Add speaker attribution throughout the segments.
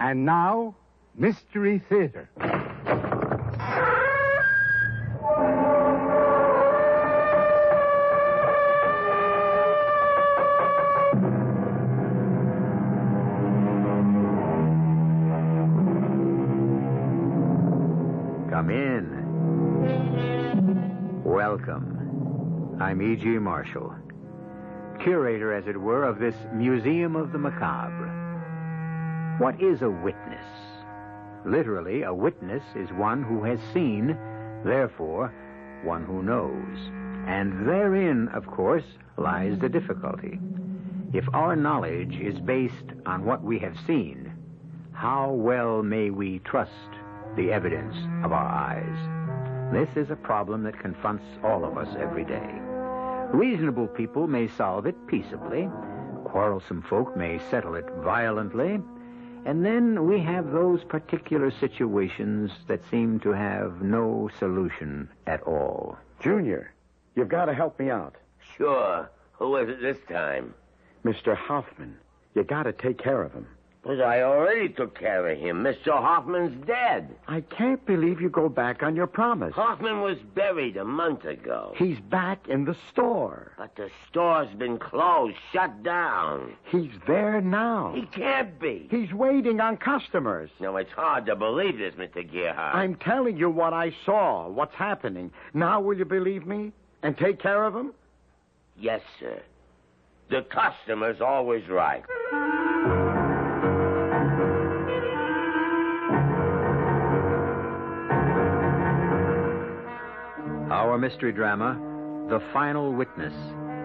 Speaker 1: And now, Mystery Theater.
Speaker 2: Come in. Welcome. I'm E.G. Marshall, curator, as it were, of this Museum of the Macabre. What is a witness? Literally, a witness is one who has seen, therefore, one who knows. And therein, of course, lies the difficulty. If our knowledge is based on what we have seen, how well may we trust the evidence of our eyes? This is a problem that confronts all of us every day. Reasonable people may solve it peaceably, quarrelsome folk may settle it violently, and then we have those particular situations that seem to have no solution at all.
Speaker 3: Junior, you've got to help me out.
Speaker 4: Sure. Who was it this time?
Speaker 3: Mr. Hoffman, you got to take care of him.
Speaker 4: Because I already took care of him. Mr. Hoffman's dead.
Speaker 3: I can't believe you go back on your promise.
Speaker 4: Hoffman was buried a month ago.
Speaker 3: He's back in the store.
Speaker 4: But the store's been closed, shut down.
Speaker 3: He's there now.
Speaker 4: He can't be.
Speaker 3: He's waiting on customers.
Speaker 4: No, it's hard to believe this, Mr. Gearhart.
Speaker 3: I'm telling you what I saw, what's happening. Now will you believe me and take care of him?
Speaker 4: Yes, sir. The customer's always right.
Speaker 2: Our mystery drama, The Final Witness,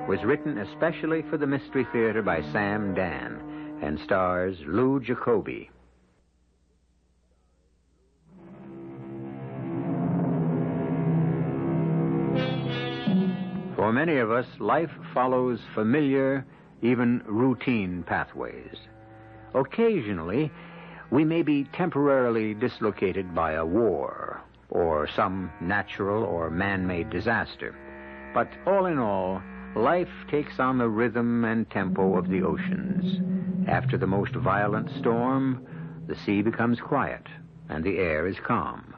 Speaker 2: was written especially for the Mystery Theater by Sam Dan and stars Lou Jacoby. For many of us, life follows familiar, even routine pathways. Occasionally, we may be temporarily dislocated by a war or some natural or man made disaster. But all in all, life takes on the rhythm and tempo of the oceans. After the most violent storm, the sea becomes quiet and the air is calm.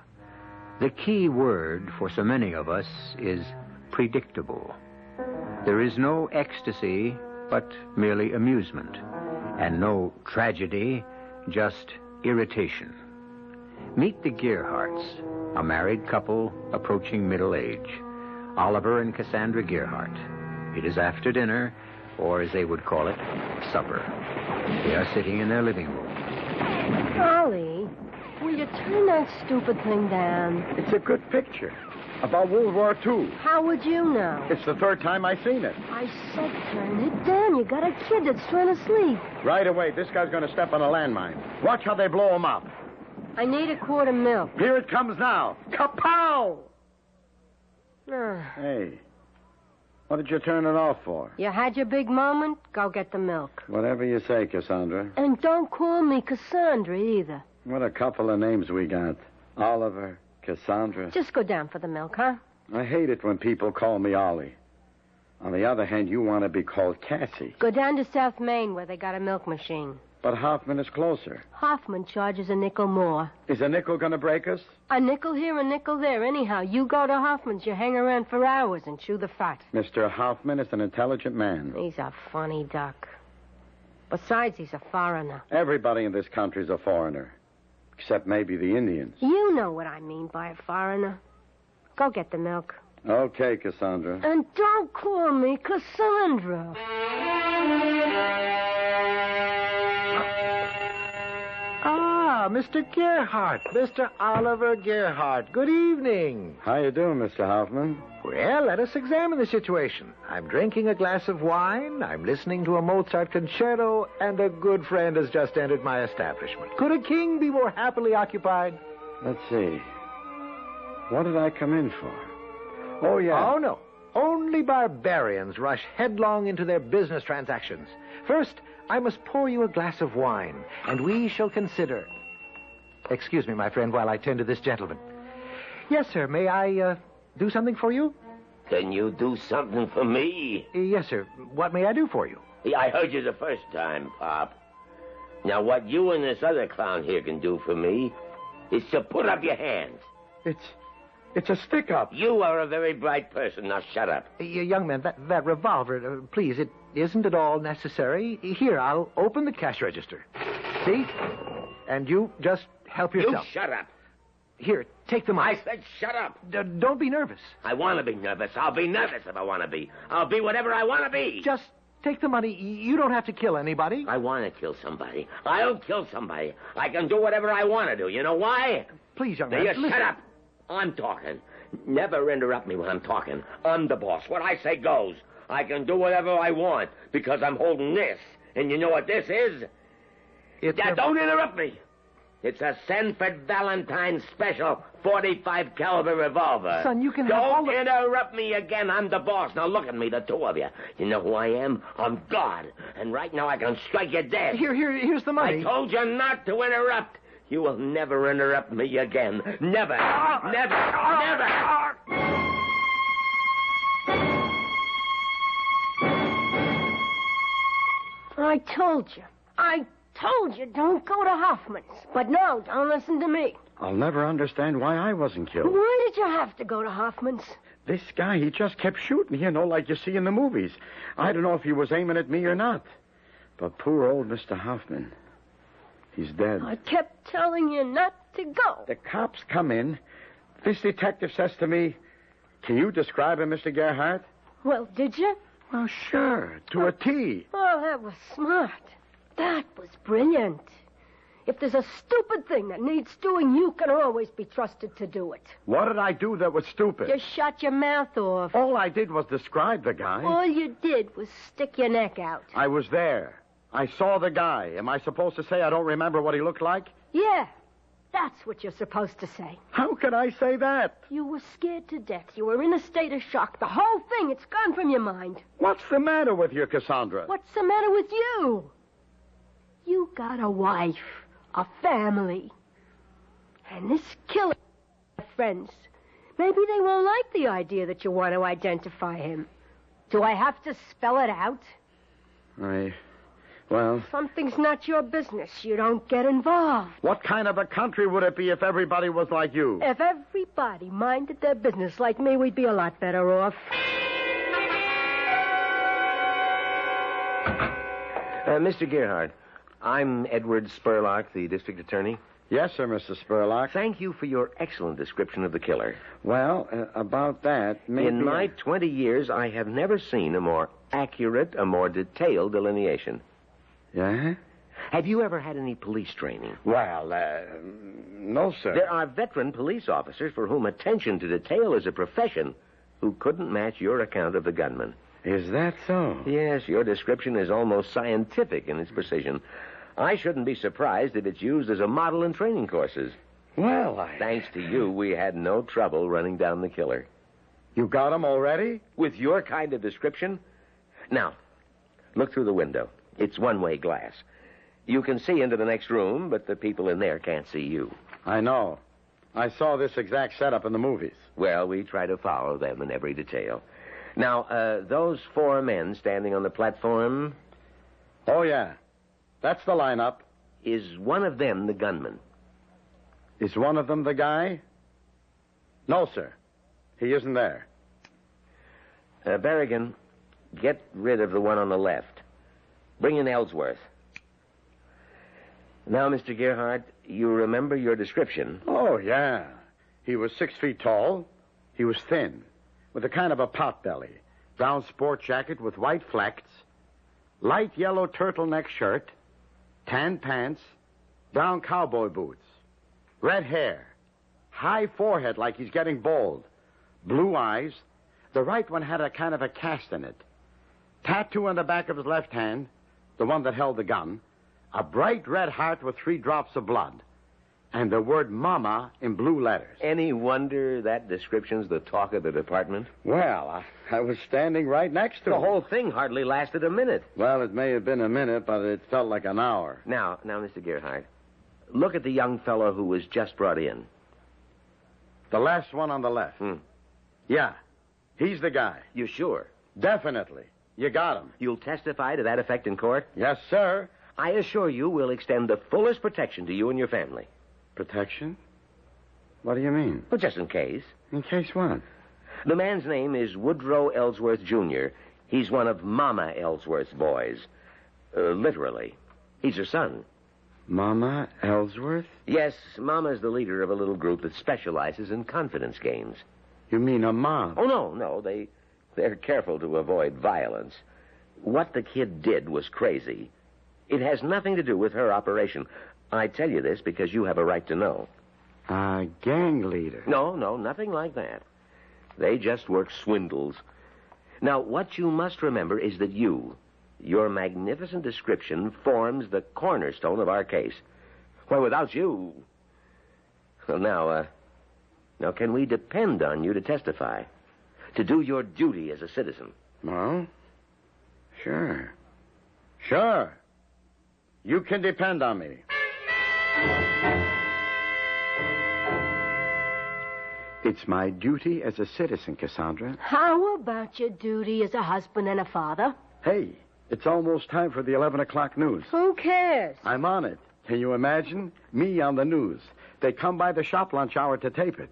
Speaker 2: The key word for so many of us is predictable. There is no ecstasy, but merely amusement, and no tragedy, just irritation. Meet the Gearharts, a married couple approaching middle age. Oliver and Cassandra Gearhart. It is after dinner, or as they would call it, supper. They are sitting in their living room.
Speaker 5: Ollie, will you turn that stupid thing down?
Speaker 3: It's a good picture about World War II.
Speaker 5: How would you know?
Speaker 3: It's the third time I've seen it.
Speaker 5: I said turn it down. You got a kid that's trying to sleep.
Speaker 3: Right away, this guy's going to step on a landmine. Watch how they blow him up.
Speaker 5: I need a quart of milk.
Speaker 3: Here it comes now. Kapow!
Speaker 5: Ah,
Speaker 3: Hey, what did you turn it off for?
Speaker 5: you had your big moment? Go get the milk.
Speaker 3: Whatever you say, Cassandra.
Speaker 5: And don't call me Cassandra either.
Speaker 3: What a couple of names we got Oliver, Cassandra.
Speaker 5: Just go down for the milk, huh?
Speaker 3: I hate it when people call me Ollie. On the other hand, you want to be called Cassie.
Speaker 5: Go down to South Maine where they got a milk machine.
Speaker 3: But Hoffman is closer.
Speaker 5: Hoffman charges a nickel more.
Speaker 3: Is a nickel going to break us?
Speaker 5: A nickel here, a nickel there. Anyhow, you go to Hoffman's, you hang around for hours and chew the fat.
Speaker 3: Mr. Hoffman is an intelligent man.
Speaker 5: He's a funny duck. Besides, he's a foreigner.
Speaker 3: Everybody in this country's a foreigner, except maybe the Indians.
Speaker 5: You know what I mean by a foreigner. Go get the milk.
Speaker 3: Okay, Cassandra.
Speaker 5: And don't call me Cassandra.
Speaker 6: Ah,
Speaker 3: Mr. Gerhardt, Mr. Oliver Gerhardt. Good evening.
Speaker 6: How you doing, Mr. Hoffman?
Speaker 3: Well, let us examine the situation. I'm drinking a glass of wine, I'm listening to a Mozart concerto, and a good friend has just entered my establishment. Could a king be more happily occupied?
Speaker 6: Let's see. What did I come in for? Oh, yeah.
Speaker 3: Oh, no. Only barbarians rush headlong into their business transactions. First, I must pour you a glass of wine, and we shall consider. Excuse me, my friend, while I tend to this gentleman. Yes, sir. May I uh, do something for you?
Speaker 6: Can you do something for me?
Speaker 3: Uh, yes, sir. What may I do for you?
Speaker 6: Yeah, I heard you the first time, Pop. Now, what you and this other clown here can do for me is to put up your hands.
Speaker 3: It's, it's a stick up.
Speaker 6: You are a very bright person. Now, shut up.
Speaker 3: young man, that, that revolver, uh, please, it isn't at all necessary. Here, I'll open the cash register. See? And you just help
Speaker 6: You
Speaker 3: yourself.
Speaker 6: shut up.
Speaker 3: Here, take the
Speaker 6: I
Speaker 3: money.
Speaker 6: said shut up.
Speaker 3: D- Uh, don't be nervous.
Speaker 6: I want to be nervous. I'll be nervous if I want to be. I'll be whatever I want to be.
Speaker 3: Just take the money. You don't have to kill anybody.
Speaker 6: I want to kill somebody. I'll kill somebody. I can do whatever I want to do. You know why?
Speaker 3: Please, young
Speaker 6: Now,
Speaker 3: man.
Speaker 6: you
Speaker 3: listen.
Speaker 6: shut up. I'm talking. Never interrupt me when I'm talking. I'm the boss. What I say goes. I can do whatever I want because I'm holding this. And you know what this is?
Speaker 3: It's uh,
Speaker 6: Yeah,
Speaker 3: a-
Speaker 6: don't interrupt me. It's a Sanford Valentine special 45 caliber revolver.
Speaker 3: Son, you can
Speaker 6: don't
Speaker 3: have all the-
Speaker 6: interrupt me again. I'm the boss. Now look at me, the two of you. You know who I am? I'm God. And right now I can strike you dead.
Speaker 3: Here, here, here's the
Speaker 6: I
Speaker 3: money.
Speaker 6: told you not to interrupt. You will never interrupt me again. Never. never. never.
Speaker 5: I told you. I told you don't go to Hoffman's. But no, don't listen to me.
Speaker 2: I'll never understand why I wasn't killed.
Speaker 5: Why did you have to go to Hoffman's?
Speaker 2: This guy, he just kept shooting, you know, like you see in the movies. I don't know if he was aiming at me or not. But poor old Mr. Hoffman, he's dead.
Speaker 5: I kept telling you not to go.
Speaker 2: The cops come in. This detective says to me, Can you describe him, Mr. Gerhardt?
Speaker 5: Well, did you?
Speaker 2: Well, sure, to a T.
Speaker 5: Oh, that was smart. That was brilliant. If there's a stupid thing that needs doing, you can always be trusted to do it.
Speaker 2: What did I do that was stupid?
Speaker 5: You shut your mouth off.
Speaker 6: Oh.
Speaker 2: All I did was describe the guy.
Speaker 5: All you did was stick your neck out.
Speaker 2: I was there. I saw the guy. Am I supposed to say I don't remember what he looked like?
Speaker 5: Yeah, that's what you're supposed to say.
Speaker 2: How could I say that?
Speaker 5: You were scared to death. You were in a state of shock. The whole thing, it's gone from your mind.
Speaker 2: What's the matter with you, Cassandra?
Speaker 5: What's the matter with you? You got a wife, a family. And this killer, friends. Maybe they won't like the idea that you want to identify him. Do I have to spell it out?
Speaker 2: I. Well,
Speaker 5: Something's not your business. You don't get involved.
Speaker 2: what kind of a country would it be if everybody was like you?
Speaker 5: If everybody minded their business like me, we'd be a lot better off.
Speaker 7: Uh, Mr. Gerhard, I'm Edward Spurlock, the district attorney.
Speaker 2: Yes, sir, Mr. Spurlock.
Speaker 7: Thank you for your excellent description of the killer.
Speaker 2: Well, uh, about that, maybe.
Speaker 7: In my 20 years, I have never seen a more accurate, a more detailed delineation.
Speaker 2: Yeah?
Speaker 7: Have you ever had any police training?
Speaker 2: Well, uh, no, sir.
Speaker 7: There are veteran police officers for whom attention to detail is a profession who couldn't match your account of the gunman.
Speaker 2: Is that so?
Speaker 7: Yes, your description is almost scientific in its precision. I shouldn't be surprised if it's used as a model in training courses.
Speaker 2: Well, I.
Speaker 7: Thanks to you, we had no trouble running down the killer.
Speaker 2: You got him already?
Speaker 7: With your kind of description? Now, look through the window. It's one way glass. You can see into the next room, but the people in there can't see you.
Speaker 2: I know. I saw this exact setup in the movies.
Speaker 7: Well, we try to follow them in every detail. Now, uh, those four men standing on the platform,
Speaker 2: Oh, yeah. That's the lineup.
Speaker 7: is one of them the gunman?
Speaker 2: Is one of them the guy? No, sir. He isn't there.
Speaker 7: Uh, Berrigan, get rid of the one on the left. Bring in Ellsworth. Now, Mr. Gerhardt, you remember your description.
Speaker 2: Oh, yeah. He was six feet tall. He was thin, with a kind of a pot belly, brown sport jacket with white flecks, light yellow turtleneck shirt, tan pants,
Speaker 6: Down cowboy boots. Red hair. High forehead like he's getting bald. Blue eyes. The right one had a kind of a cast in it. Tattoo on the back of his left hand, the one that held the gun. A bright red heart with three drops of blood. And the word Mama in blue letters.
Speaker 7: Any wonder that description's the talk of the department?
Speaker 6: Well, I, I was standing right next to
Speaker 7: The
Speaker 6: him.
Speaker 7: whole thing hardly lasted a minute.
Speaker 6: Well, it may have been a minute, but it felt like an hour.
Speaker 7: Now, now, Mr. Gerhardt, look at the young fellow who was just brought in.
Speaker 6: The last one on the left.
Speaker 7: Hmm.
Speaker 6: Yeah. He's the guy.
Speaker 7: You sure?
Speaker 6: Definitely. You got him.
Speaker 7: You'll testify to that effect in court?
Speaker 6: Yes, sir.
Speaker 7: I assure you we'll extend the fullest protection to you and your family.
Speaker 6: Protection? What do you mean?
Speaker 7: Well, just in case.
Speaker 6: In case what?
Speaker 7: The man's name is Woodrow Ellsworth, Jr. He's one of Mama Ellsworth's boys. Uh, literally. He's her son.
Speaker 6: Mama Ellsworth?
Speaker 7: Yes, Mama's the leader of a little group that specializes in confidence games.
Speaker 6: You mean a mob?
Speaker 7: Oh, no, no. They, they're careful to avoid violence. What the kid did was crazy. It has nothing to do with her operation. I tell you this because you have a right to know.
Speaker 6: A gang leader.
Speaker 7: No, no, nothing like that. They just work swindles. Now, what you must remember is that you, your magnificent description, forms the cornerstone of our case. Well, without you. Well, now, uh, now, can we depend on you to testify? To do your duty as a citizen?
Speaker 6: Well, sure. Sure. You can depend on me. It's my duty as a citizen, Cassandra.
Speaker 5: How about your duty as a husband and a father?
Speaker 6: Hey, it's almost time for the 11 o'clock news.
Speaker 5: Who cares?
Speaker 6: I'm on it. Can you imagine? Me on the news. They come by the shop lunch hour to tape it.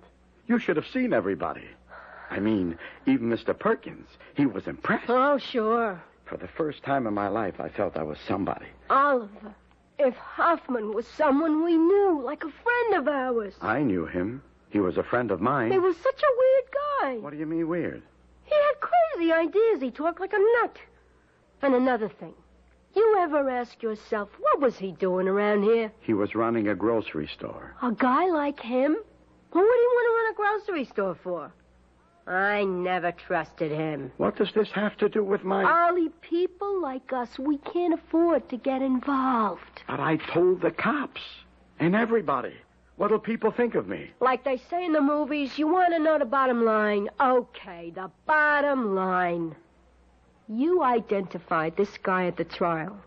Speaker 6: You should have seen everybody. I mean, even Mr. Perkins. He was impressed.
Speaker 5: Oh, sure.
Speaker 6: For the first time in my life, I felt I was somebody.
Speaker 5: Oliver, if Hoffman was someone we knew, like a friend of ours,
Speaker 6: I knew him. He was a friend of
Speaker 5: he
Speaker 6: mine.
Speaker 5: was such a weird guy.
Speaker 6: What do you mean weird?
Speaker 5: He had crazy ideas. He talked like a nut. And another thing. You ever ask yourself, what was he doing around here?
Speaker 6: He was running a grocery store.
Speaker 5: A guy like him? Who would he want to run a grocery store for? I never trusted him.
Speaker 6: What does this have to do with my.
Speaker 5: Ollie, people like us, we can't afford to get involved.
Speaker 6: But I told the cops and everybody. What'll people think of me?
Speaker 5: Like they say in the movies, you want to know the bottom line. Okay, the bottom line. You identified this guy at the trial.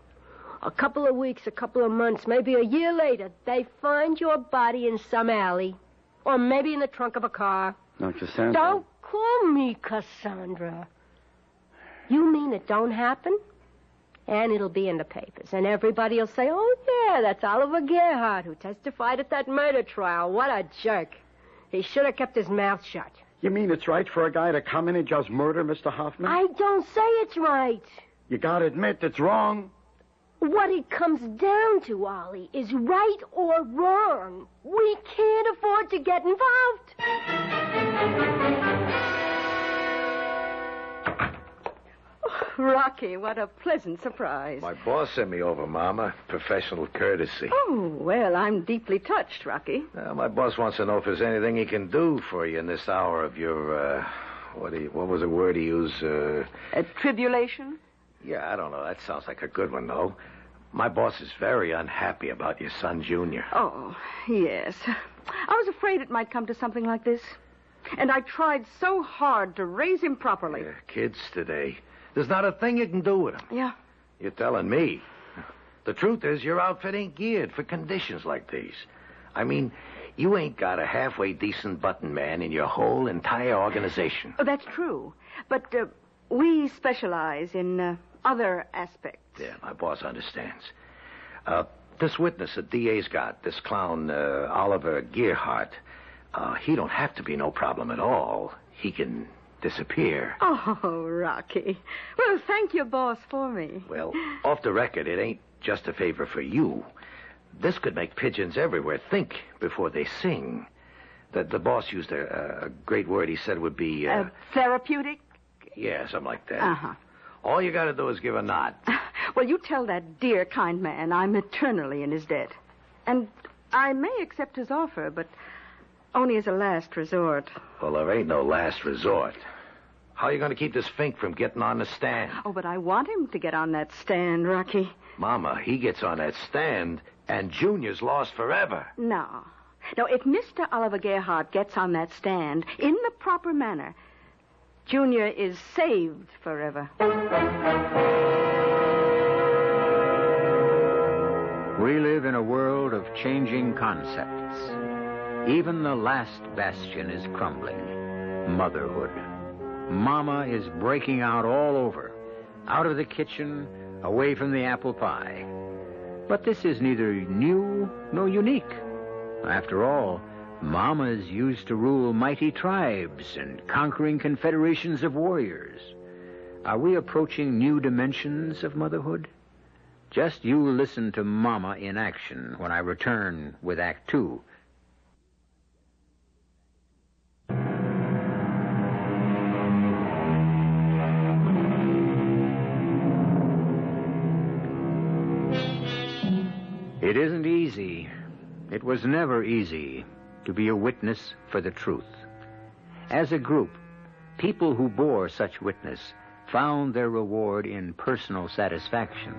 Speaker 5: A couple of weeks, a couple of months, maybe a year later, they find your body in some alley. Or maybe in the trunk of a car.
Speaker 6: Now, Cassandra.
Speaker 5: Don't call me Cassandra. You mean it don't happen? And it'll be in the papers. And everybody will say, oh, yeah, that's Oliver Gerhardt who testified at that murder trial. What a jerk. He should have kept his mouth shut.
Speaker 6: You mean it's right for a guy to come in and just murder Mr. Hoffman?
Speaker 5: I don't say it's right.
Speaker 6: You gotta admit it's wrong.
Speaker 5: What it comes down to, Ollie, is right or wrong. We can't afford to get involved.
Speaker 3: Rocky, what a pleasant surprise.
Speaker 2: My boss sent me over, Mama. Professional courtesy.
Speaker 3: Oh, well, I'm deeply touched, Rocky.
Speaker 2: Uh, my boss wants to know if there's anything he can do for you in this hour of your, uh, what, he, what was the word he used? Uh,
Speaker 3: A tribulation?
Speaker 2: yeah, I don't know. That sounds like a good one, though. My boss is very unhappy about your son, Junior.
Speaker 3: Oh, yes. I was afraid it might come to something like this. And I tried so hard to raise him properly.
Speaker 2: Yeah, kids today. There's not a thing you can do with him.
Speaker 3: Yeah.
Speaker 2: You're telling me. The truth is, your outfit ain't geared for conditions like these. I mean, you ain't got a halfway decent button man in your whole entire organization.
Speaker 3: Oh, that's true. But uh, we specialize in uh, other aspects.
Speaker 2: Yeah, my boss understands. Uh, this witness the DA's got, this clown uh, Oliver Gearhart, uh, he don't have to be no problem at all. He can disappear.
Speaker 3: Oh, Rocky. Well, thank your boss for me.
Speaker 2: Well, off the record, it ain't just a favor for you. This could make pigeons everywhere think before they sing. The, the boss used a, a great word he said would be, uh,
Speaker 3: Uh, therapeutic?
Speaker 2: yeah, something like that.
Speaker 3: Uh-huh.
Speaker 2: All you got to do is give a nod.
Speaker 3: Well, you tell that dear, kind man I'm eternally in his debt.
Speaker 8: And I may accept his offer, but only as a last resort.
Speaker 3: Well, there ain't no last resort. How are you going to keep this fink from getting on the stand?
Speaker 8: Oh, but I want him to get on that stand, Rocky.
Speaker 3: Mama, he gets on that stand, and Junior's lost forever.
Speaker 8: No. No, if Mr. Oliver Gerhardt gets on that stand in the proper manner, Junior is saved forever.
Speaker 2: We live in a world of changing concepts. Even the last bastion is crumbling motherhood. Mama is breaking out all over, out of the kitchen, away from the apple pie. But this is neither new nor unique. After all, mamas used to rule mighty tribes and conquering confederations of warriors. Are we approaching new dimensions of motherhood? Just you listen to Mama in action when I return with Act Two. It isn't easy. It was never easy to be a witness for the truth. As a group, people who bore such witness found their reward in personal satisfaction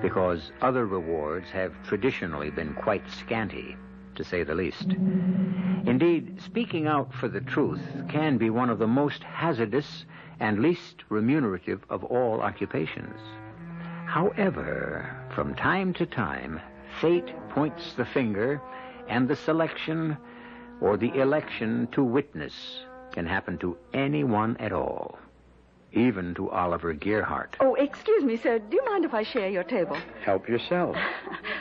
Speaker 2: because other rewards have traditionally been quite scanty, to say the least. Indeed, speaking out for the truth can be one of the most hazardous and least remunerative of all occupations. However, from time to time, fate points the finger, and the selection or the election to witness can happen to anyone at all, even to Oliver Gearhart.
Speaker 8: Oh, excuse me, sir. Do you mind if I share your table?
Speaker 6: Help yourself.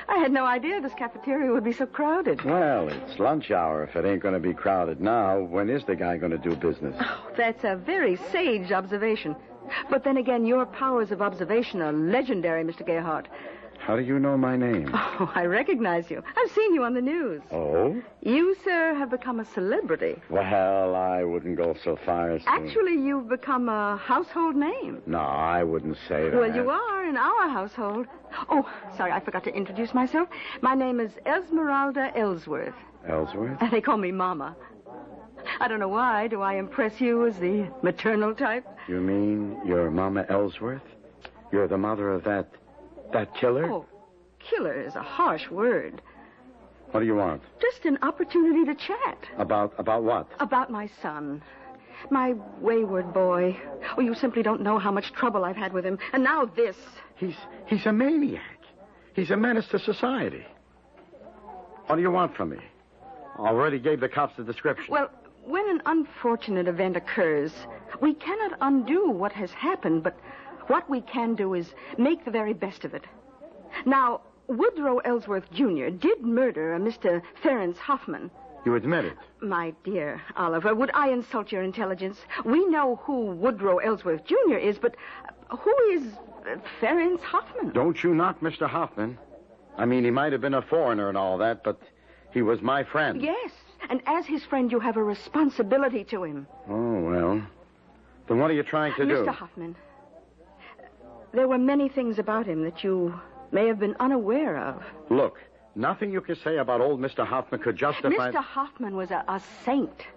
Speaker 8: I had no idea this cafeteria would be so crowded.
Speaker 6: Well, it's lunch hour. If it ain't going to be crowded now, when is the guy going to do business?
Speaker 8: That's a very sage observation. But then again, your powers of observation are legendary, Mr. Gerhardt.
Speaker 6: How do you know my name?
Speaker 8: Oh, I recognize you. I've seen you on the news.
Speaker 6: Oh?
Speaker 8: You, sir, have become a
Speaker 6: Hmm.
Speaker 8: celebrity.
Speaker 6: Well, I wouldn't go so far as to...
Speaker 8: Actually, you've become a household name.
Speaker 6: No, I wouldn't say that.
Speaker 8: Well, you are in our household. Oh, sorry, I forgot to introduce myself. My name is Esmeralda Ellsworth.
Speaker 6: Ellsworth?
Speaker 8: They call me Mama. I don't know why. Do I impress you as the maternal type?
Speaker 6: You mean you're Mama Ellsworth? You're the mother of that... that killer?
Speaker 8: Oh, killer is a harsh word.
Speaker 6: What do you want?
Speaker 8: Just an opportunity to chat
Speaker 6: About, about what?
Speaker 8: about my son. My wayward boy. Oh, you simply don't know how much trouble I've had with him. And now this.
Speaker 6: He's, he's a maniac. He's a menace to society. What do you want from me? Already gave the cops the description.
Speaker 8: Well, when an unfortunate event occurs, we cannot undo what has happened, but what we can do is make the very best of it. Now, Woodrow Ellsworth Jr. did murder a Mr. Ference Hoffman.
Speaker 6: You admit it.
Speaker 8: My dear Oliver, would I insult your intelligence? We know who Woodrow Ellsworth Jr. is, but who is uh, Ference Hoffman?
Speaker 6: Don't you knock Mr. Hoffman. I mean, he might have been a foreigner and all that, but he was my friend.
Speaker 8: Yes, and as his friend, you have a responsibility to him.
Speaker 6: Oh, well. Then what are you trying to do?
Speaker 8: Mr. Hoffman, there were many things about him that you may have been unaware of.
Speaker 6: Look, nothing you can say about old Mr. Hoffman could justify.
Speaker 8: Mr. Hoffman was a, a saint,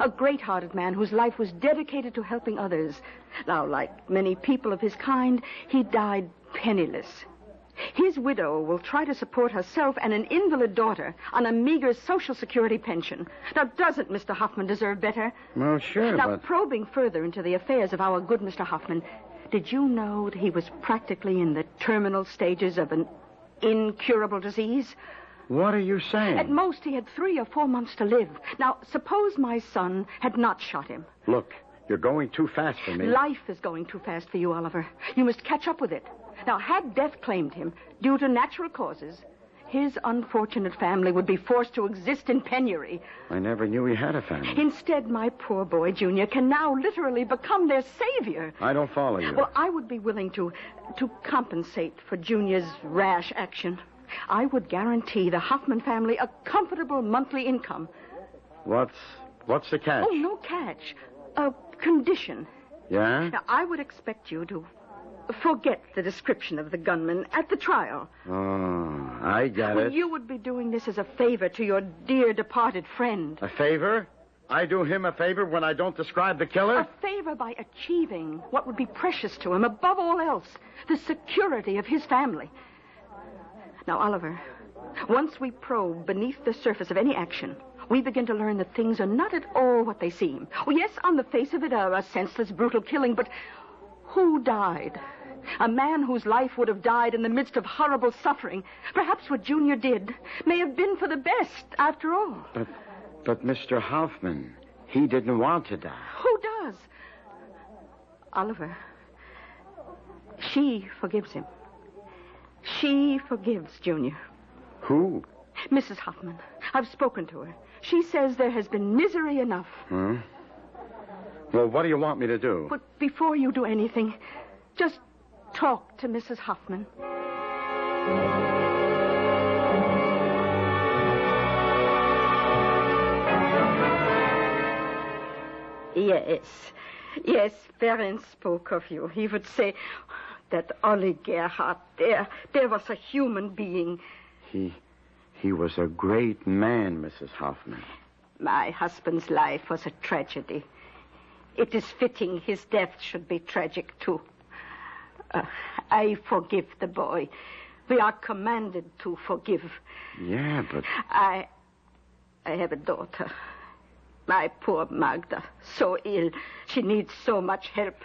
Speaker 8: a great hearted man whose life was dedicated to helping others. Now, like many people of his kind, he died penniless. His widow will try to support herself and an invalid daughter on a meager Social Security pension. Now, doesn't Mr. Hoffman deserve better?
Speaker 6: Well, sure,
Speaker 8: Now,
Speaker 6: but.
Speaker 8: probing further into the affairs of our good Mr. Hoffman, did you know that he was practically in the terminal stages of an incurable disease?
Speaker 6: What are you saying?
Speaker 8: At most, he had three or four months to live. Now, suppose my son had not shot him.
Speaker 6: Look, you're going too fast for me.
Speaker 8: Life is going too fast for you, Oliver. You must catch up with it. Now, had death claimed him due to natural causes, his unfortunate family would be forced to exist in penury.
Speaker 6: I never knew he had a family.
Speaker 8: Instead, my poor boy, Junior, can now literally become their savior.
Speaker 6: I don't follow you.
Speaker 8: Well, I would be willing to to compensate for Junior's rash action. I would guarantee the Hoffman family a comfortable monthly income.
Speaker 6: What's what's the catch?
Speaker 8: Oh, no catch. A condition.
Speaker 6: Yeah?
Speaker 8: Now, I would expect you to Forget the description of the gunman at the trial.
Speaker 6: Oh, I got
Speaker 8: Well,
Speaker 6: it.
Speaker 8: you would be doing this as a favor to your dear departed friend.
Speaker 6: A favor? I do him a favor when I don't describe the killer?
Speaker 8: A favor by achieving what would be precious to him above all else the security of his family. Now, Oliver, once we probe beneath the surface of any action, we begin to learn that things are not at all what they seem. Well, yes, on the face of it, a, a senseless, brutal killing, but who died? A man whose life would have died in the midst of horrible suffering. Perhaps what Junior did may have been for the best, after all.
Speaker 6: But, but Mr. Hoffman, he didn't want to die.
Speaker 8: Who does? Oliver. She forgives him. She forgives Junior.
Speaker 6: Who?
Speaker 8: Mrs. Hoffman, I've spoken to her. She says there has been misery enough.
Speaker 6: Hmm? Well, what do you want me to do?
Speaker 8: But before you do anything, just talk to Mrs. Hoffman. Yes. Yes, Berend spoke of you. He would say that Ollie Gerhardt, there, there was a human being.
Speaker 6: He, he was a great man, Mrs. Hoffman.
Speaker 8: My husband's life was a tragedy. It is fitting his death should be tragic, too. Uh, I forgive the boy. We are commanded to forgive.
Speaker 6: Yeah, but
Speaker 8: I. I have a daughter. My poor Magda, so ill. She needs so much help.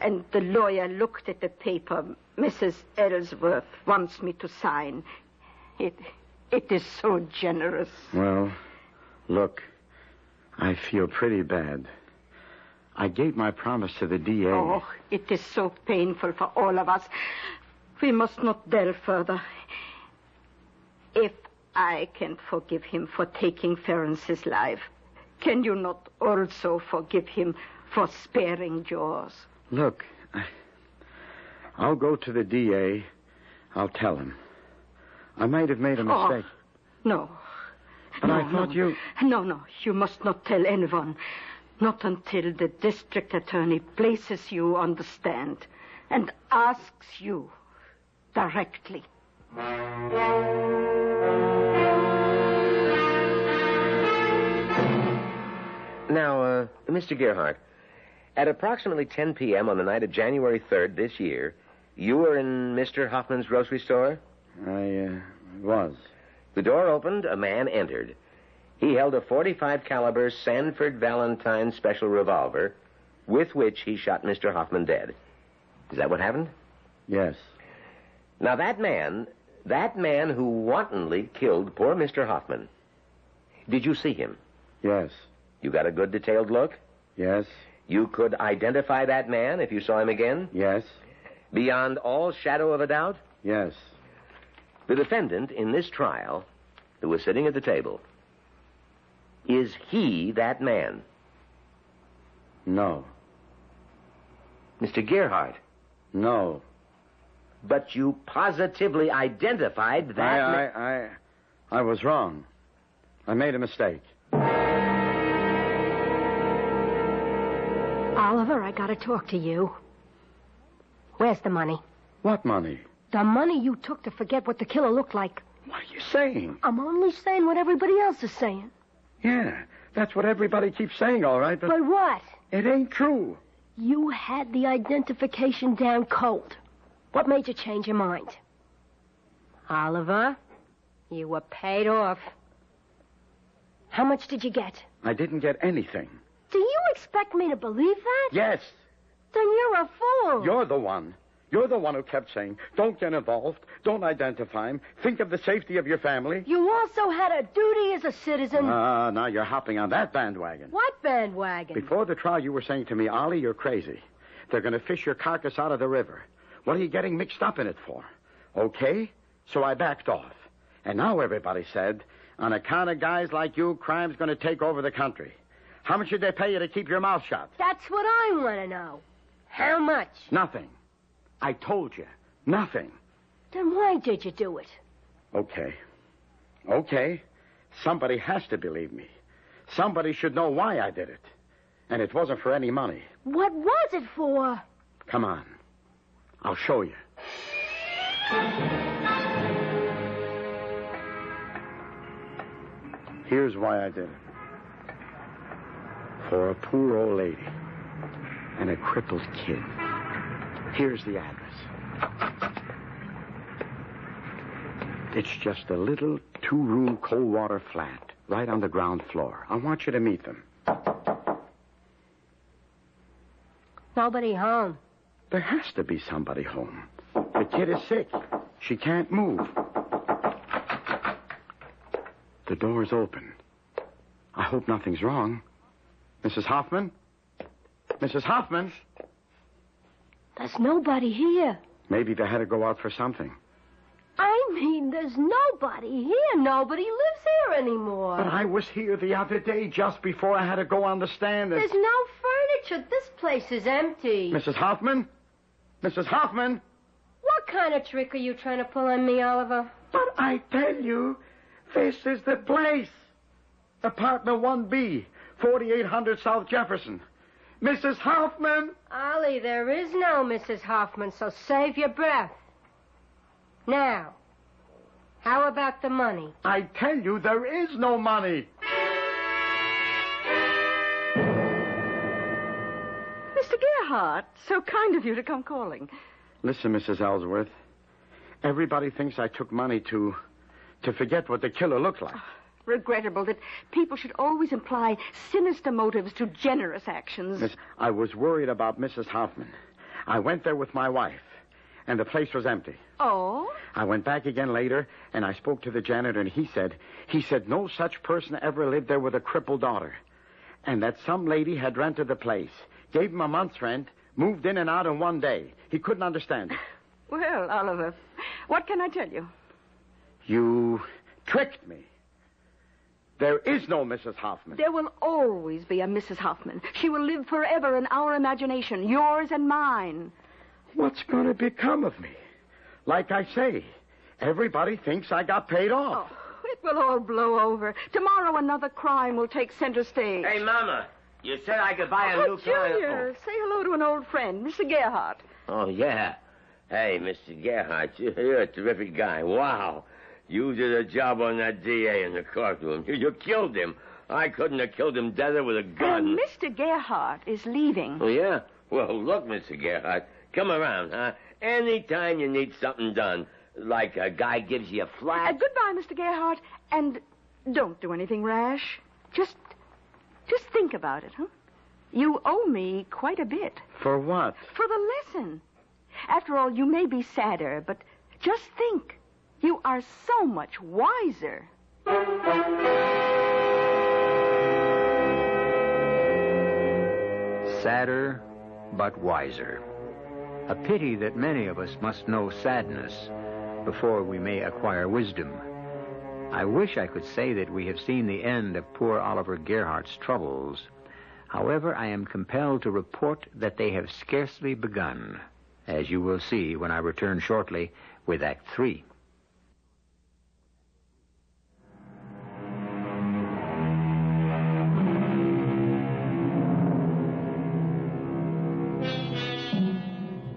Speaker 8: And the lawyer looked at the paper Mrs. Ellsworth wants me to sign. It. It is so generous.
Speaker 6: Well, look, I feel pretty bad. I gave my promise to the DA.
Speaker 8: Oh, it is so painful for all of us. We must not delve further. If I can forgive him for taking Ference's life, can you not also forgive him for sparing yours?
Speaker 6: Look, I, I'll go to the DA. I'll tell him. I might have made a
Speaker 8: Oh,
Speaker 6: mistake.
Speaker 8: No.
Speaker 6: But
Speaker 8: no,
Speaker 6: I thought
Speaker 8: no.
Speaker 6: you-
Speaker 8: No, no. You must not tell anyone. Not until the district attorney places you on the stand and asks you directly.
Speaker 7: Now, uh, Mr. Gerhardt, at approximately 10 p.m. on the night of January 3rd this year, you were in Mr. Hoffman's grocery store?
Speaker 6: I uh, was.
Speaker 7: The door opened, a man entered. He held a 45 caliber Sanford Valentine special revolver with which he shot Mr. Hoffman dead. Is that what happened?
Speaker 6: Yes.
Speaker 7: Now that man, that man who wantonly killed poor Mr. Hoffman. Did you see him?
Speaker 6: Yes.
Speaker 7: You got a good detailed look?
Speaker 6: Yes.
Speaker 7: You could identify that man if you saw him again?
Speaker 6: Yes.
Speaker 7: Beyond all shadow of a doubt?
Speaker 6: Yes.
Speaker 7: The defendant in this trial, who was sitting at the table, is he that man?
Speaker 6: No.
Speaker 7: Mr. Gerhardt.
Speaker 6: No.
Speaker 7: But you positively identified that
Speaker 6: I,
Speaker 7: ma-
Speaker 6: I, I, I was wrong. I made a mistake.
Speaker 5: Oliver, I gotta talk to you. Where's the money?
Speaker 6: What money?
Speaker 5: The money you took to forget what the killer looked like.
Speaker 6: What are you saying?
Speaker 5: I'm only saying what everybody else is saying.
Speaker 6: Yeah, that's what everybody keeps saying, all right, but,
Speaker 5: But what?
Speaker 6: it ain't true.
Speaker 5: You had the identification down cold. What made you change your mind? Oliver, you were paid off. How much did you get?
Speaker 6: I didn't get anything.
Speaker 5: Do you expect me to believe that?
Speaker 6: Yes,
Speaker 5: Then you're a fool.
Speaker 6: you're the one. You're the one who kept saying, don't get involved, don't identify him, think of the safety of your family.
Speaker 5: You also had a duty as a citizen.
Speaker 6: Ah, now you're hopping on that bandwagon.
Speaker 5: what bandwagon?
Speaker 6: Before the trial, you were saying to me, Ollie, you're crazy. They're going to fish your carcass out of the river. What are you getting mixed up in it for? Okay, so I backed off. And now everybody said, on account of guys like you, crime's going to take over the country. How much did they pay you to keep your mouth shut?
Speaker 5: That's what I want to know. How much?
Speaker 6: Nothing. I told you, nothing.
Speaker 5: Then why did you do it?
Speaker 6: Okay. Okay. Somebody has to believe me. Somebody should know why I did it. And it wasn't for any money.
Speaker 5: What was it for?
Speaker 6: Come on. I'll show you. Here's why I did it. For a poor old lady and a crippled kid. Here's the address. It's just a little two room cold water flat right on the ground floor. I want you to meet them.
Speaker 5: Nobody home.
Speaker 6: There has to be somebody home. The kid is sick. She can't move. The door's open. I hope nothing's wrong. Mrs. Hoffman? Mrs. Hoffman?
Speaker 5: There's nobody here.
Speaker 6: Maybe they had to go out for something.
Speaker 5: I mean, there's nobody here. Nobody lives here anymore.
Speaker 6: But I was here the other day just before I had to go on the stand. And...
Speaker 5: There's no furniture. This place is empty.
Speaker 6: Mrs. Hoffman? Mrs. Hoffman?
Speaker 5: What kind of trick are you trying to pull on me, Oliver?
Speaker 6: But I tell you, this is the place. Apartment 1B, 4800 South Jefferson. Mrs. Hoffman!
Speaker 5: Ollie, there is no Mrs. Hoffman, so save your breath. Now, how about the money?
Speaker 6: I tell you, there is no money.
Speaker 8: Mr. Gerhardt, so kind of you to come calling.
Speaker 6: Listen, Mrs. Ellsworth. Everybody thinks I took money to. to forget what the killer looked like.
Speaker 8: Regrettable that people should always imply sinister motives to generous actions.
Speaker 6: Miss, I was worried about Mrs. Hoffman. I went there with my wife, and the place was empty.
Speaker 8: Oh?
Speaker 6: I went back again later, and I spoke to the janitor, and he said, he said no such person ever lived there with a crippled daughter, and that some lady had rented the place, gave him a month's rent, moved in and out in one day. He couldn't understand it.
Speaker 8: Well, Oliver, what can I tell you?
Speaker 6: You tricked me. There is no Mrs. Hoffman.
Speaker 8: There will always be a Mrs. Hoffman. She will live forever in our imagination, yours and mine.
Speaker 6: What's going to become of me? Like I say, everybody thinks I got paid off.
Speaker 8: Oh, it will all blow over. Tomorrow another crime will take center stage.
Speaker 4: Hey, Mama, you said I could buy a
Speaker 8: Oh,
Speaker 4: new
Speaker 8: Junior,
Speaker 4: car.
Speaker 8: say hello to an old friend, Mr. Gerhardt.
Speaker 4: Oh, yeah. Hey, Mr. Gerhardt, you- you're a terrific guy. Wow. You did a job on that DA in the courtroom. You, you killed him. I couldn't have killed him deader with a gun.
Speaker 8: And Mr. Gerhardt is leaving.
Speaker 4: Oh, yeah? Well, look, Mr. Gerhardt, come around, huh? Anytime you need something done, like a guy gives you a
Speaker 8: Uh,
Speaker 4: flat.
Speaker 8: goodbye, Mr. Gerhardt, and don't do anything rash. Just, just think about it, huh? You owe me quite a bit
Speaker 6: For what?
Speaker 8: for the lesson. After all, you may be sadder, but just think, you are so much wiser.
Speaker 2: Sadder, but wiser. A pity that many of us must know sadness before we may acquire wisdom. I wish I could say that we have seen the end of poor Oliver Gerhardt's troubles. However, I am compelled to report that they have scarcely begun, as you will see when I return shortly with Act Three.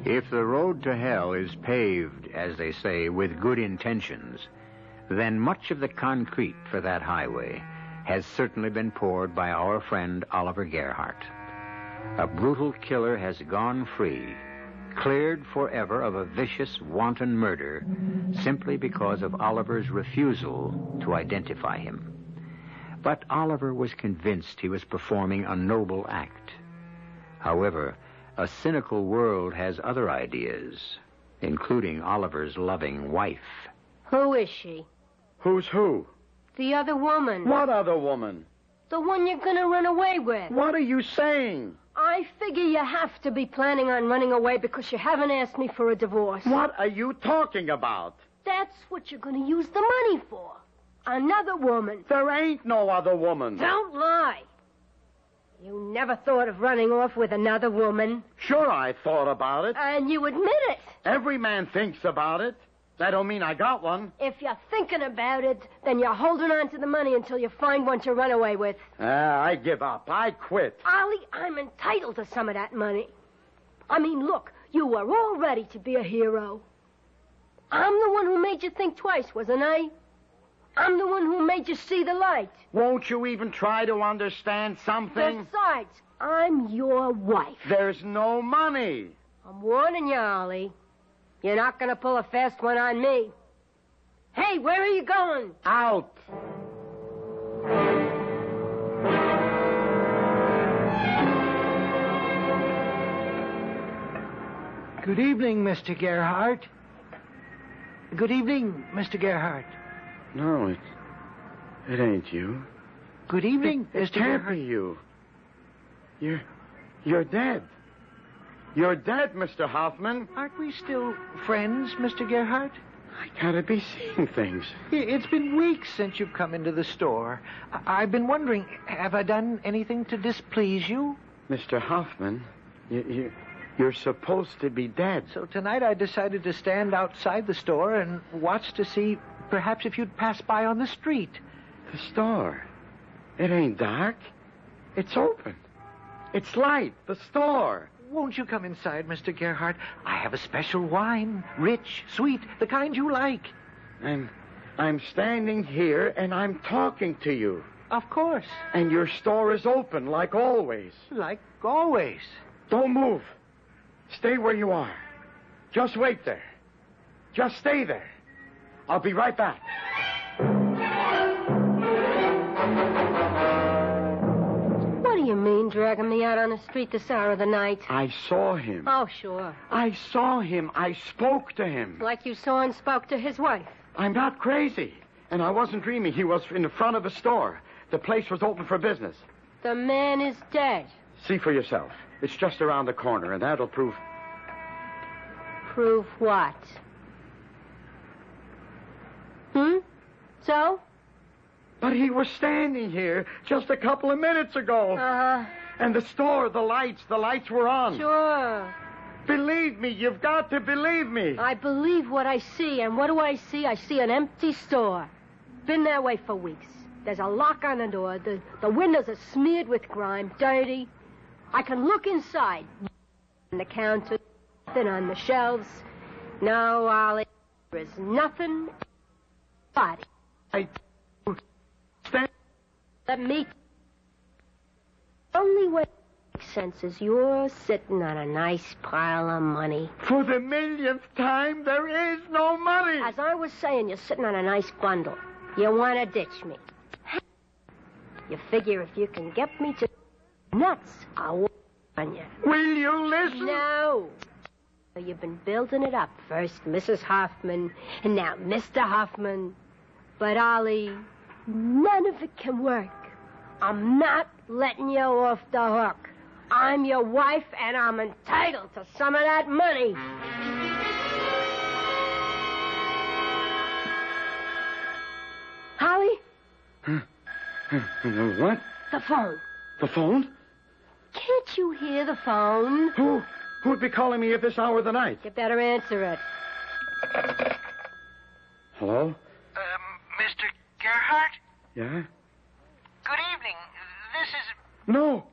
Speaker 2: If the road to hell is paved, as they say, with good intentions, then much of the concrete for that highway has certainly been poured by our friend Oliver Gerhardt. A brutal killer has gone free, cleared forever of a vicious, wanton murder, simply because of Oliver's refusal to identify him. But Oliver was convinced he was performing a noble act. However, a cynical world has other ideas, including Oliver's loving wife.
Speaker 5: Who is she?
Speaker 6: Who's who?
Speaker 5: The other woman.
Speaker 6: What other woman?
Speaker 5: The one you're gonna run away with.
Speaker 6: What are you saying?
Speaker 5: I figure you have to be planning on running away because you haven't asked me for a divorce.
Speaker 6: What are you talking about?
Speaker 5: That's what you're gonna use the money for. Another woman.
Speaker 6: There ain't no other woman.
Speaker 5: Don't lie. You never thought of running off with another woman,
Speaker 6: Sure, I thought about it.
Speaker 5: and you admit it.
Speaker 6: Every man thinks about it. That don't mean I got one.
Speaker 5: If you're thinking about it, then you're holding on to the money until you find one to run away with.
Speaker 6: Ah, I give up. I quit.
Speaker 5: Ollie, I'm entitled to some of that money. I mean, look, You were all ready to be a hero. I'm the one who made you think twice, wasn't I? I'm the one who made you see the light.
Speaker 6: Won't you even try to understand something?
Speaker 5: Besides, I'm your wife.
Speaker 6: There's no money.
Speaker 5: I'm warning you, Ollie. You're not going to pull a fast one on me. Hey, where are you going?
Speaker 6: Out.
Speaker 3: Good evening, Mr. Gerhardt. Good evening, Mr. Gerhardt.
Speaker 6: No, it, it ain't you.
Speaker 3: Good evening,
Speaker 6: It
Speaker 3: Mr.
Speaker 6: can't be
Speaker 3: Gerhardt.
Speaker 6: you. You're, you're dead. You're dead, Mr. Hoffman.
Speaker 3: Aren't we still friends, Mr. Gerhardt?
Speaker 6: I gotta be seeing things.
Speaker 3: I- It's been weeks since you've come into the store. I- I've been wondering, have I done anything to displease you?
Speaker 6: Mr. Hoffman, you, you, you're supposed to be dead.
Speaker 3: So tonight I decided to stand outside the store and watch to see perhaps if you'd pass by on the street.
Speaker 6: The store. It ain't dark. It's open. It's light. The store.
Speaker 3: Won't you come inside, Mr. Gerhardt? I have a special wine. Rich, sweet, the kind you like.
Speaker 6: I'm, I'm standing here and I'm talking to you.
Speaker 3: Of course.
Speaker 6: And your store is open, like always.
Speaker 3: Like always.
Speaker 6: Don't move. Stay where you are. Just wait there. Just stay there. I'll be right back.
Speaker 5: What do you mean, dragging me out on the street this hour of the night?
Speaker 6: I saw him.
Speaker 5: Oh, sure.
Speaker 6: I saw him. I spoke to him.
Speaker 5: Like you saw and spoke to his wife.
Speaker 6: I'm not crazy. And I wasn't dreaming. He was in the front of a store. The place was open for business.
Speaker 5: The man is dead.
Speaker 6: See for yourself. It's just around the corner, and that'll prove.
Speaker 5: Prove what? Hmm? So?
Speaker 6: But he was standing here just a couple of minutes ago.
Speaker 5: Uh,
Speaker 6: and the store, the lights, the lights were on.
Speaker 5: sure.
Speaker 6: Believe me, you've got to believe me.
Speaker 5: I believe what I see, and what do I see? I see an empty store. Been that way for weeks. There's a lock on the door. The, the windows are smeared with grime, dirty. I can look inside. On the counter, then on the shelves. No, Ollie, there is nothing. Body.
Speaker 6: I stand.
Speaker 5: Let me. Only way makes sense is you're sitting on a nice pile of money.
Speaker 6: For the millionth time, there is no money.
Speaker 5: As I was saying, you're sitting on a nice bundle. You want to ditch me. You figure if you can get me to nuts, I'll work on you.
Speaker 6: Will you listen?
Speaker 5: No. So you've been building it up. First Mrs. Hoffman, and now Mr. Hoffman. But Ollie, none of it can work. I'm not letting you off the hook. I'm your wife, and I'm entitled to some of that money. Holly,
Speaker 6: What?
Speaker 5: the phone.
Speaker 6: The phone?
Speaker 5: Can't you hear the phone?
Speaker 6: Who? Who'd be calling me at this hour of the night?
Speaker 5: You better answer it.
Speaker 6: Hello?
Speaker 3: Um, Mr. Gerhardt?
Speaker 6: Yeah?
Speaker 3: Good evening. This is.
Speaker 6: No.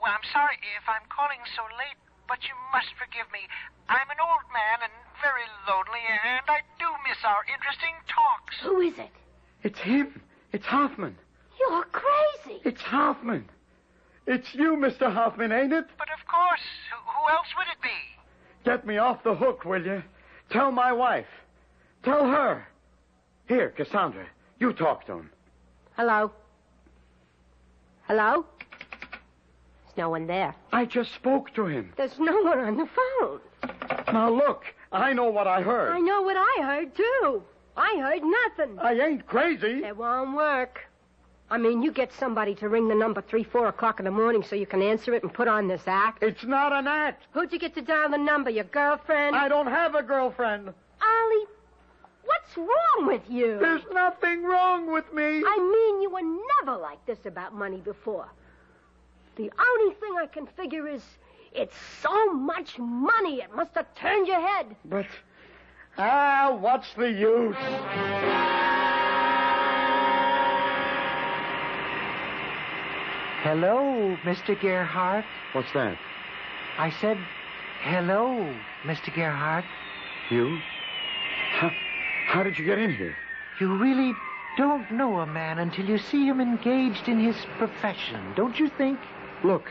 Speaker 3: Well, I'm sorry if I'm calling so late, but you must forgive me. I'm an old man and very lonely, and I do miss our interesting talks.
Speaker 5: Who is it?
Speaker 6: It's him. It's Hoffman.
Speaker 5: You're crazy.
Speaker 6: It's Hoffman. It's you, Mr. Hoffman, ain't it?
Speaker 3: But of course, who, who else would it be?
Speaker 6: Get me off the hook, will you? Tell my wife. Tell her. Here, Cassandra, you talk to him.
Speaker 5: Hello? Hello? There's no one there.
Speaker 6: I just spoke to him.
Speaker 5: There's no one on the phone.
Speaker 6: Now look, I know what I
Speaker 5: I
Speaker 6: heard.
Speaker 5: know what I heard, too. I heard nothing.
Speaker 6: I ain't crazy.
Speaker 5: It won't work. I mean, you get somebody to ring the number three, four o'clock in the morning so you can answer it and put on this act.
Speaker 6: It's not an act.
Speaker 5: Who'd you get to dial the number? Your girlfriend?
Speaker 6: I don't have a girlfriend.
Speaker 5: Ollie, what's wrong with you?
Speaker 6: There's nothing wrong with me.
Speaker 5: I mean, you were never like this about money before. The only thing I can figure is it's so much money, it must have turned your head.
Speaker 6: But, ah, what's the use?
Speaker 3: Hello, Mr. Gerhardt.
Speaker 6: What's that?
Speaker 3: I said, Hello, Mr. Gerhardt.
Speaker 6: You? How, how did you get in here?
Speaker 3: You really don't know a man until you see him engaged in his profession, don't you think?
Speaker 6: Look,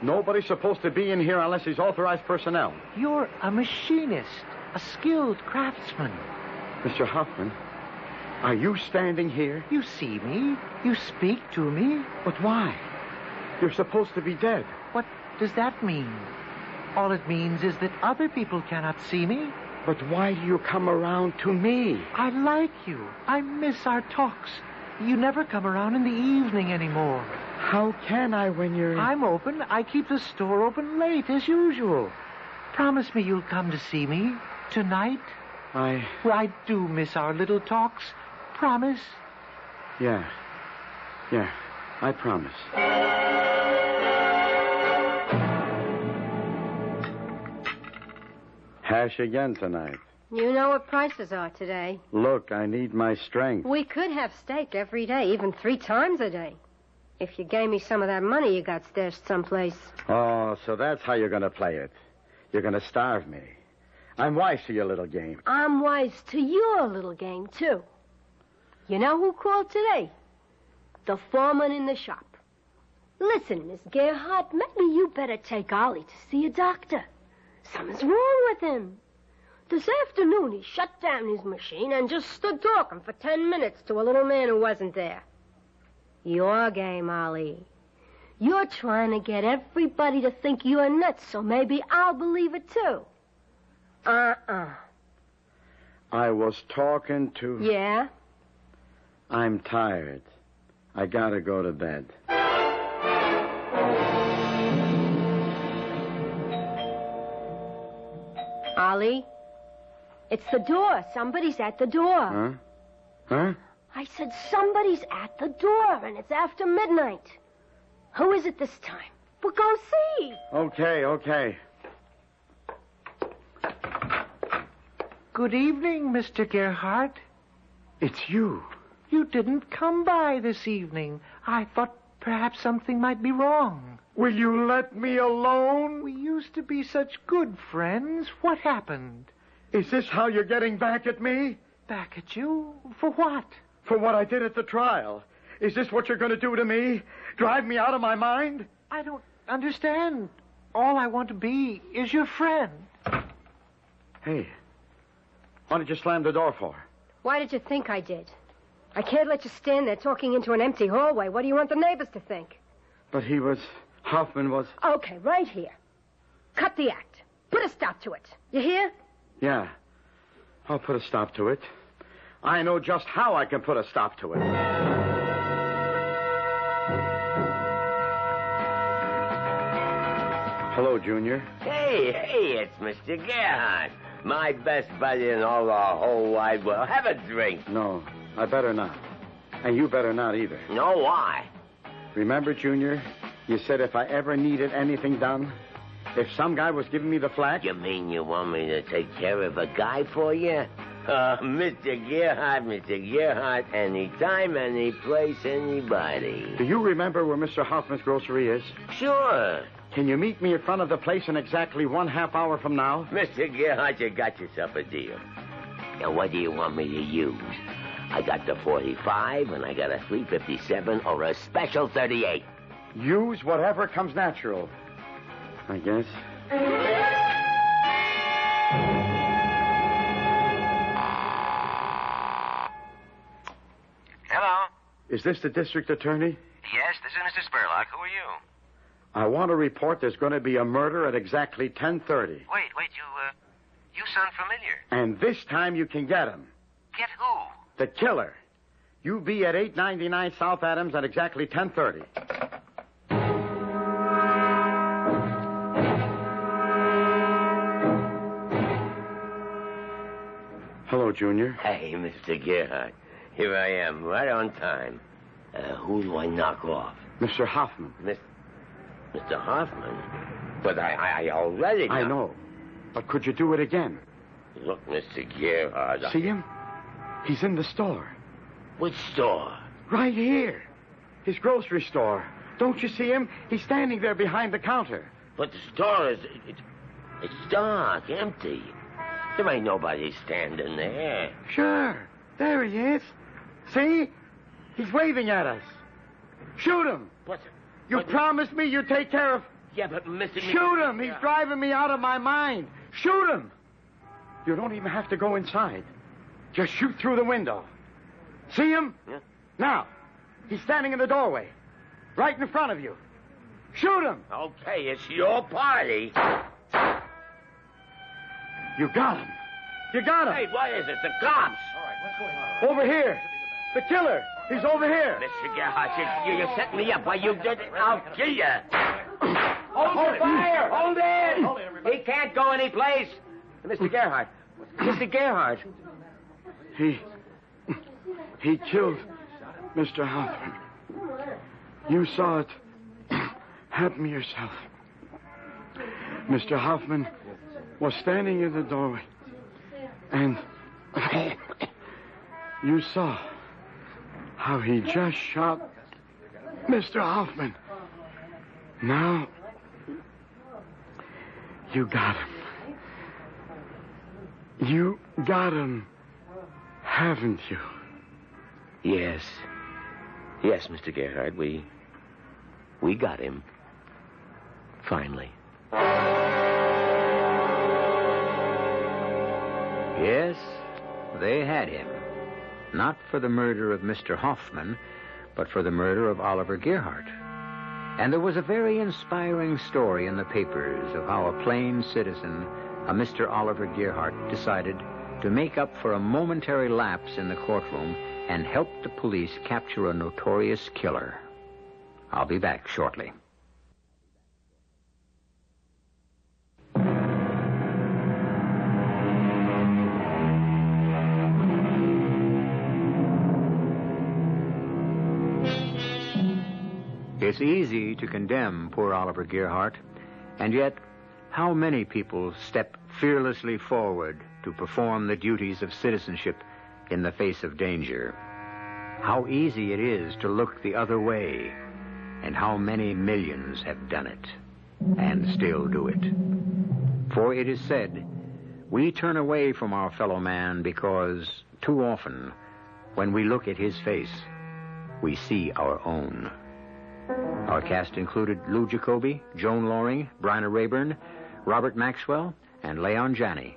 Speaker 6: nobody's supposed to be in here unless he's authorized personnel.
Speaker 3: You're a machinist, a skilled craftsman.
Speaker 6: Mr. Hoffman, are you standing here?
Speaker 3: You see me, you speak to me.
Speaker 6: But why? You're supposed to be dead.
Speaker 3: What does that mean? All it means is that other people cannot see me.
Speaker 6: But why do you come around to me?
Speaker 3: I like you. I miss our talks. You never come around in the evening anymore.
Speaker 6: How can I when you're.
Speaker 3: I'm open. I keep the store open late, as usual. Promise me you'll come to see me tonight.
Speaker 6: I.
Speaker 3: Well, I do miss our little talks. Promise.
Speaker 6: Yeah. Yeah. I promise. Hash again tonight.
Speaker 5: You know what prices are today.
Speaker 6: Look, I need my strength.
Speaker 5: We could have steak every day, even three times a day. If you gave me some of that money you got stashed someplace.
Speaker 6: Oh, so that's how you're going to play it. You're going to starve me. I'm wise to your little game.
Speaker 5: I'm wise to your little game, too. You know who called today? The foreman in the shop. Listen, Miss Gerhardt, maybe you better take Ollie to see a doctor. Something's wrong with him. This afternoon he shut down his machine and just stood talking for ten minutes to a little man who wasn't there. Your game, Ollie. You're trying to get everybody to think you're nuts, so maybe I'll believe it too. Uh-uh.
Speaker 6: I was talking to.
Speaker 5: Yeah?
Speaker 6: I'm tired. I gotta go to bed.
Speaker 5: Ollie? It's the door. Somebody's at the door.
Speaker 6: Huh? Huh?
Speaker 5: I said somebody's at the door, and it's after midnight. Who is it this time? We'll go see.
Speaker 6: Okay, okay.
Speaker 3: Good evening, Mr. Gerhardt.
Speaker 6: It's you.
Speaker 3: You didn't come by this evening. I thought perhaps something might be wrong.
Speaker 6: Will you let me alone?
Speaker 3: We used to be such good friends. What happened?
Speaker 6: Is this how you're getting back at me?
Speaker 3: Back at you? For what?
Speaker 6: For what I did at the trial? Is this what you're going to do to me? Drive me out of my mind?
Speaker 3: I don't understand. All I want to be is your friend.
Speaker 6: Hey, what did you slam the door for?
Speaker 5: Why did you think I did? I can't let you stand there talking into an empty hallway. What do you want the neighbors to think?
Speaker 6: But he was. Hoffman was.
Speaker 5: Okay, right here. Cut the act. Put a stop to it. You hear?
Speaker 6: Yeah. I'll put a stop to it. I know just how I can put a stop to it. Hello, Junior.
Speaker 4: Hey, hey, it's Mr. Gerhardt, my best buddy in all the whole wide world. Have a drink.
Speaker 6: No, I better not. And you better not either.
Speaker 4: No, why?
Speaker 6: Remember, Junior, you said if I ever needed anything done, if some guy was giving me the flack.
Speaker 4: You mean you want me to take care of a guy for you? Uh, Mr. Gerhardt, Mr. Gerhardt, anytime, any place, anybody.
Speaker 6: Do you remember where Mr. Hoffman's grocery is?
Speaker 4: Sure.
Speaker 6: Can you meet me in front of the place in exactly one half hour from now?
Speaker 4: Mr. Gerhardt, you got yourself a deal. Now, what do you want me to use? I got the 45, and I got a 357 or a special 38.
Speaker 6: Use whatever comes natural. I guess.
Speaker 9: Hello.
Speaker 6: Is this the district attorney?
Speaker 9: Yes, this is Mr. Spurlock. Who are you?
Speaker 6: I want to report there's going to be a murder at exactly 10:30,
Speaker 9: Wait, wait. You, uh, you sound familiar.
Speaker 6: and this time you can get him,
Speaker 9: Get who?
Speaker 6: the killer. You be at 899 South Adams at exactly 10:30. Hello, Junior.
Speaker 4: Hey, Mr. Gerhardt, here I am, right on time. Uh, who do I knock off?
Speaker 6: Mr. Hoffman.
Speaker 4: Miss, Mr. Hoffman? But I, I, I already.
Speaker 6: I
Speaker 4: kno-
Speaker 6: know. But could you do it again?
Speaker 4: Look, Mr. Gerhardt. I-
Speaker 6: See him? He's in the store.
Speaker 4: Which store?
Speaker 6: Right here. His grocery store. Don't you see him? He's standing there behind the counter.
Speaker 4: But the store is. It, It's dark, empty. There ain't nobody standing there.
Speaker 6: Sure. There he is. See? He's waving at us. Shoot him.
Speaker 4: What?
Speaker 6: You promised me you'd take care of.
Speaker 4: Yeah, but Mr.
Speaker 6: Shoot him. He's driving me out of my mind. Shoot him. You don't even have to go inside. Just shoot through the window. See him?
Speaker 4: Yeah.
Speaker 6: Now. He's standing in the doorway. Right in front of you. Shoot him.
Speaker 4: Okay, it's your party.
Speaker 6: You got him. You got him.
Speaker 4: Hey, what is it? The cops.
Speaker 6: Over here. The killer. He's over here.
Speaker 4: Mr. Gerhardt, you, you, you set me up. Why, you did it. I'll kill you. Hold,
Speaker 6: Hold it.
Speaker 4: fire. Hold in.
Speaker 6: Hold it, everybody.
Speaker 4: He can't go any place. Mr. Gerhardt. Mr. Gerhardt.
Speaker 6: He. He killed Mr. Halpern. You saw it happen yourself. Mr. Hoffman was standing in the doorway, and you saw how he just shot Mr. Hoffman. Now, you got him. You got him, haven't you?
Speaker 7: Yes. Yes, Mr. Gerhardt, we. We got him. Finally.
Speaker 2: Yes, they had him. Not for the murder of Mr. Hoffman, but for the murder of Oliver Gerhardt. And there was a very inspiring story in the papers of how a plain citizen, a Mr. Oliver Gerhardt, decided to make up for a momentary lapse in the courtroom and help the police capture a notorious killer. I'll be back shortly. It's easy to condemn poor Oliver Gerhardt, and yet, how many people step fearlessly forward to perform the duties of citizenship in the face of danger? How easy it is to look the other way, and how many millions have done it and still do it. For it is said, we turn away from our fellow man because too often, when we look at his face, we see our own. Our cast included Lou Jacoby, Joan Loring, Bryna Rayburn, Robert Maxwell, and Leon Janney.